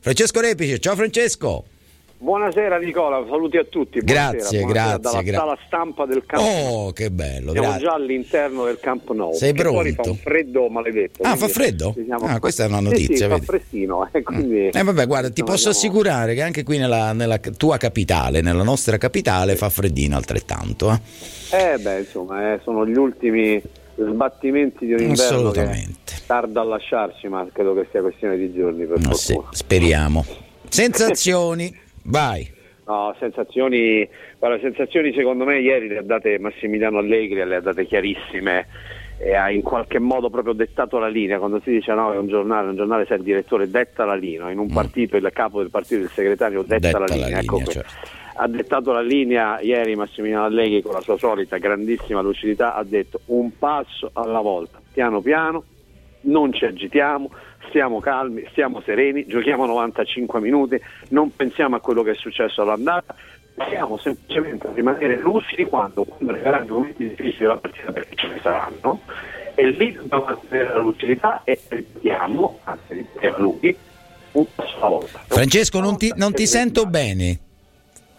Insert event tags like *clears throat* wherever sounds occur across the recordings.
Francesco Repice, ciao Francesco. Buonasera Nicola, saluti a tutti. Grazie, buonasera, grazie, Dalla gra- sala stampa del Camp Nou. Oh, che bello. Siamo grazie. già all'interno del Camp Nou. Sei che Fuori pronto? fa un freddo maledetto. Ah, quindi fa freddo? ci siamo- Ah, questa è una Eh notizia, sì, fa vedi. freddino, eh, quindi- Eh vabbè, guarda, ti insomma, posso abbiamo- assicurare che anche qui nella, nella tua capitale, nella nostra capitale, fa freddino altrettanto. eh. Eh beh, insomma, eh, sono gli ultimi sbattimenti di un inverno che Assolutamente. tarda a lasciarci, ma credo che sia questione di giorni per No, sì, fortuna. speriamo. *laughs* Sensazioni, vai. No, sensazioni, guarda, sensazioni secondo me ieri le ha date Massimiliano Allegri, le ha date chiarissime e ha in qualche modo proprio dettato la linea, quando si dice no è un giornale, un giornale se il direttore detta la linea, in un Mm. partito il capo del partito, il segretario detta, Detta la la linea, linea, ecco qui. certo. ha dettato la linea ieri Massimiliano Allegri con la sua solita grandissima lucidità, ha detto un passo alla volta, piano piano, non ci agitiamo, stiamo calmi, stiamo sereni, giochiamo 95 minuti, non pensiamo a quello che è successo all'andata, pensiamo semplicemente a rimanere lucidi quando, quando arriveranno i momenti difficili della partita perché ce ne saranno e lì dobbiamo mantenere la lucidità e ripetiamo, anzi ripetiamo lui, un passo alla volta. Francesco, non ti, non ti sento bene.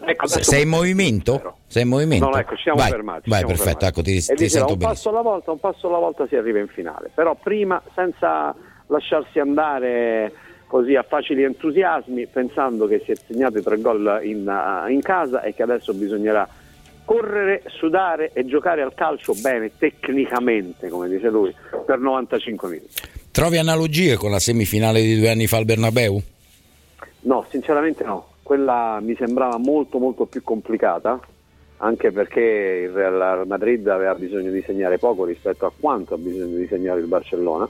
Ecco, Se- adesso- Sei in movimento? Sei in movimento? No, no, ecco, ci siamo vai, fermati. Vai, ci siamo perfetto, fermati. ecco, ti, E ti diceva, sento un benissimo. passo alla volta, un passo alla volta si arriva in finale, però prima senza lasciarsi andare così a facili entusiasmi, pensando che si è segnato i tre gol in, uh, in casa e che adesso bisognerà correre, sudare e giocare al calcio bene, tecnicamente, come dice lui, per 95 minuti. Trovi analogie con la semifinale di due anni fa al Bernabeu? No, sinceramente no. Quella mi sembrava molto molto più complicata, anche perché il Real Madrid aveva bisogno di segnare poco rispetto a quanto ha bisogno di segnare il Barcellona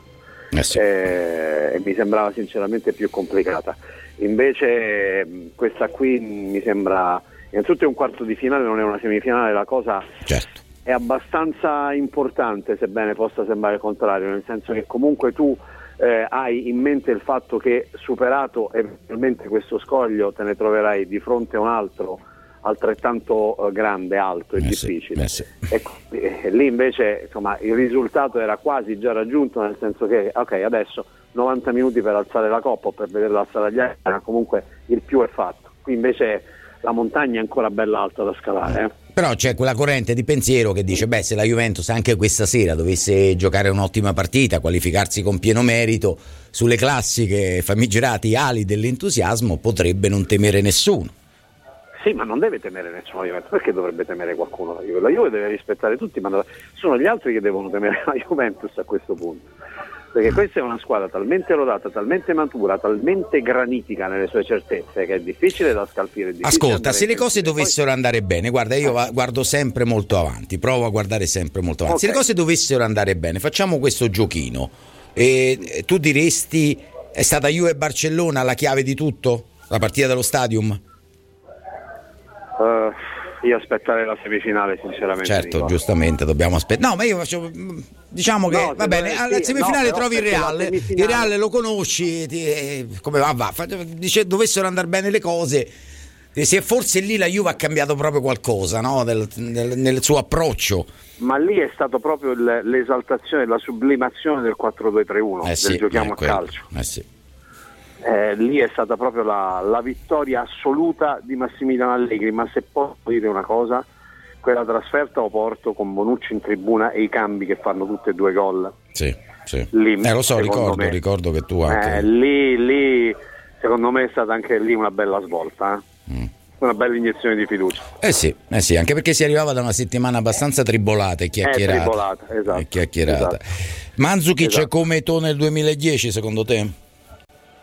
Eh sì. eh, e mi sembrava sinceramente più complicata. Invece mh, questa qui mh, mi sembra, innanzitutto è un quarto di finale, non è una semifinale, la cosa certo. è abbastanza importante, sebbene possa sembrare il contrario, nel senso che comunque tu eh, hai in mente il fatto che superato eventualmente questo scoglio te ne troverai di fronte a un altro altrettanto eh, grande, alto e Eh sì, difficile. eh sì. Ecco, eh, lì invece insomma, il risultato era quasi già raggiunto, nel senso che ok, adesso 90 minuti per alzare la coppa o per vederla alzare agli altri, ma comunque il più è fatto. Qui invece la montagna è ancora bella alta da scalare. eh. Però c'è quella corrente di pensiero che dice: beh, se la Juventus anche questa sera dovesse giocare un'ottima partita, qualificarsi con pieno merito sulle classiche famigerati ali dell'entusiasmo, potrebbe non temere nessuno. Sì, ma non deve temere nessuno la Juventus, perché dovrebbe temere qualcuno la Juve? La Juve deve rispettare tutti, ma sono gli altri che devono temere la Juventus a questo punto. Perché questa è una squadra talmente rodata, talmente matura, talmente granitica nelle sue certezze che è difficile da scalfire. è difficile Ascolta, andare se le in cose pensiero. Poi- dovessero andare bene, guarda, io va- guardo sempre molto avanti, provo a guardare sempre molto avanti. Se Ok. le cose dovessero andare bene, facciamo questo giochino. E, e tu diresti: è stata Juve e Barcellona la chiave di tutto? La partita dello stadium? Eh, io aspetterei la semifinale, sinceramente. Certo, Nicola. giustamente dobbiamo aspettare. No, ma io faccio. Diciamo che No, va bene. secondo me Alla sì, semifinale no, però trovi il perché la Real. semifinale- Il Real lo conosci. ti- eh, come va? va. Fa- Dice, dovessero andare bene le cose. eh, Se forse lì la Juve ha cambiato proprio qualcosa no? Del- nel, nel suo approccio. Ma lì è stato proprio il- l'esaltazione, la sublimazione del 4-2-3-1, Eh del sì, giochiamo eh, a quello. calcio. Eh sì. Eh, lì è stata proprio la, la vittoria assoluta di Massimiliano Allegri, ma se posso dire una cosa, quella trasferta a Oporto con Bonucci in tribuna e i cambi che fanno tutti e due gol. Sì, sì. Lì, Eh, lo so, secondo ricordo, me- ricordo che tu Eh, anche. lì, lì, secondo me è stata anche lì una bella svolta, eh. Mm. una bella iniezione di fiducia. Eh sì, eh sì, anche perché si arrivava da una settimana abbastanza tribolata e chiacchierata. Eh, tribolata, esatto, E chiacchierata. esatto. Mandzukic Esatto. è come tu nel 2010, secondo te?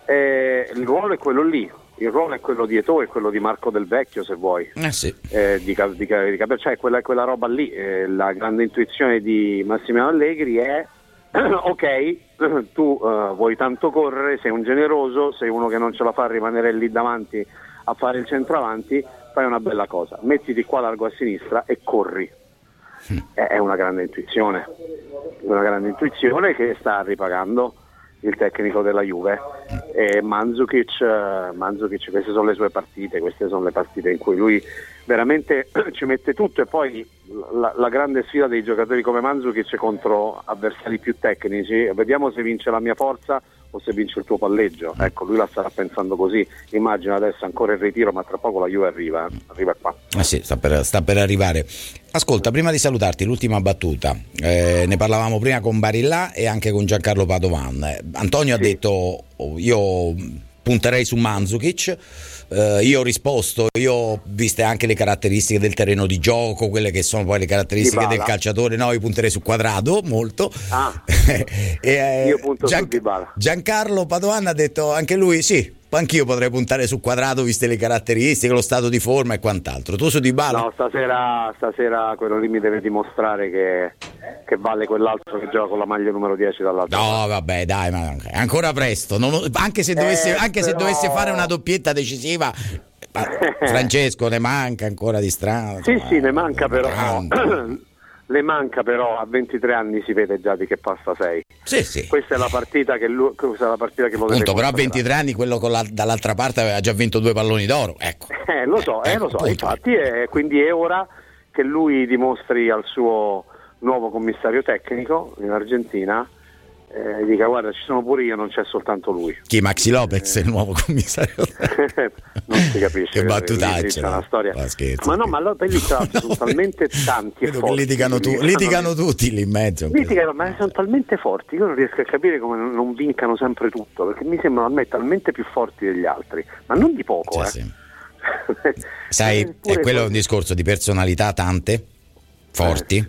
Eh, il ruolo è quello lì, il ruolo è quello di Eto'o e quello di Marco Del Vecchio se vuoi. Eh sì. eh, di, cap- di, cap- di cap- cioè quella, quella roba lì, eh, la grande intuizione di Massimiliano Allegri è *clears throat* ok, *clears throat* tu eh, vuoi tanto correre, sei un generoso, sei uno che non ce la fa a rimanere lì davanti a fare il centravanti, fai una bella cosa, mettiti qua largo a sinistra e corri. È è una grande intuizione, una grande intuizione che sta ripagando il tecnico della Juve. E Mandzukic, eh, Mandzukic, queste sono le sue partite, queste sono le partite in cui lui veramente *clears throat* ci mette tutto e poi la, la grande sfida dei giocatori come Mandzukic contro avversari più tecnici, vediamo se vince la mia forza o se vince il tuo palleggio. Ecco, lui la starà pensando così. Immagina adesso ancora il ritiro, ma tra poco la Juve arriva, arriva qua. Ah sì, sta per, sta per arrivare. Ascolta, prima di salutarti, l'ultima battuta. Eh, ne parlavamo prima con Barilla e anche con Giancarlo Padovan. Eh, Antonio Sì. ha detto: oh, Io punterei su Manzukic. Eh, io ho risposto, io ho viste anche le caratteristiche del terreno di gioco, quelle che sono poi le caratteristiche Dybala. del calciatore. No, io punterei su quadrato molto. Ah, *laughs* E, eh, Io punto su Dybala. Giancarlo Padovan ha detto anche lui sì. Anch'io potrei puntare su quadrato viste le caratteristiche, lo stato di forma e quant'altro. Tu su Dybala? no, stasera, stasera quello lì mi deve dimostrare che, che vale quell'altro che gioca con la maglia numero 10 dall'altro. No, vabbè, dai, ma è ancora presto. non- anche se dovesse, Eh, anche se però- dovesse fare una doppietta decisiva, *laughs* ma Francesco ne manca ancora di strada. Sì, insomma, sì, ne manca però. *clears throat* tanto. Le manca però a 23 anni si vede già di che pasta sei. sì, sì. Questa è la partita che, lui, questa è la partita che lo deve Appunto, però a consacrare. 23 anni quello con la- dall'altra parte aveva già vinto due palloni d'oro. Ecco. Eh, lo so, eh, Ecco, lo so, appunto. infatti eh, quindi è ora che lui dimostri al suo nuovo commissario tecnico in Argentina eh, e dica guarda ci sono pure io, non c'è soltanto lui. Chi Maxi Lopez, il nuovo commissario. *laughs* non si capisce. eh, Che battutaccia. Lì c'è una storia. Ma scherzo. ma no, ma allora per *laughs* lì sono talmente tanti e Vedo che forti, litigano, tu- quindi- litigano tutti lì in mezzo. Litigano, ma Esatto. sono talmente forti che io non riesco a capire come non non vincano sempre tutto, perché mi sembrano a me talmente più forti degli altri, ma non di poco, Cioè, eh. sì. *laughs* Sai, Eppure è quello è un poi- discorso di personalità tante, forti,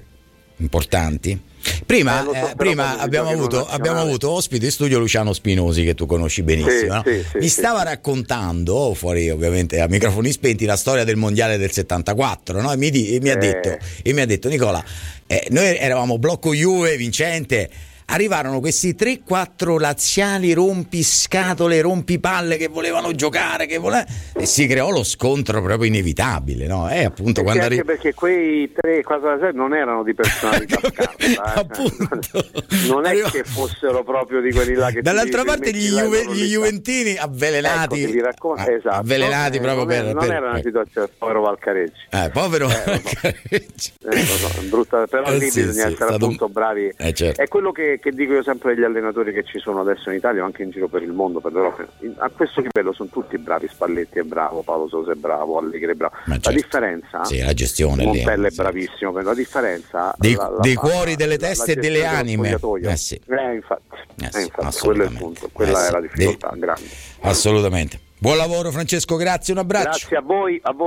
importanti. Prima, Eh, lo so, eh, però prima quando si abbiamo, gioca in una avuto, nazionale. abbiamo avuto ospite in studio Luciano Spinosi che tu conosci benissimo. Sì, no? sì, sì, Mi sì, stava raccontando, fuori ovviamente a microfoni spenti, la storia del mondiale del 74 no? e, mi di- e mi ha Eh. detto, e mi ha detto Nicola, eh, noi eravamo blocco Juve vincente. Arrivarono questi 3-4 laziali rompiscatole, rompipalle che volevano giocare, che vole- e si creò lo scontro proprio inevitabile, no? E appunto Perché quando anche arri- perché quei 3 4 alla 6 non erano *laughs* di personalità scarsa, eh. Appunto. non è Esatto. Arriva- che fossero proprio di quelli là che ti Dall'altra dici, parte gli, metti là Juve- quello gli lì. Juventini Ecco, avvelenati, che vi racconto- ah, esatto. avvelenati Eh, proprio non è- per... non per- era una eh, situazione povero Valcarecci eh, povero Eh, lo so. Valcarecci. *laughs* Eh, lo so, è brutta, però Eh, lì sì, bisogna sì, essere stato- appunto bravi. Eh, certo. È quello che, che dico io sempre agli allenatori che ci sono adesso in Italia, ma anche in giro per il mondo, per l'Europa. In- A questo livello sono tutti bravi, Spalletti è bravo, Paolo Sosa è bravo, Allegri è bravo. Ma la certo. differenza Sì, la gestione lì, Montella è sì. bravissimo, per la differenza Dei- la- la- dei la- cuori, delle la- la teste e gestione delle dello anime. spogliatoio. Eh, sì. Eh, infatti, Eh, eh, sì, infatti, quello è il assolutamente. punto, Eh, quella sì. è la difficoltà Devi- grande. Assolutamente. Buon lavoro Francesco, grazie, un abbraccio. Grazie a voi, a voi.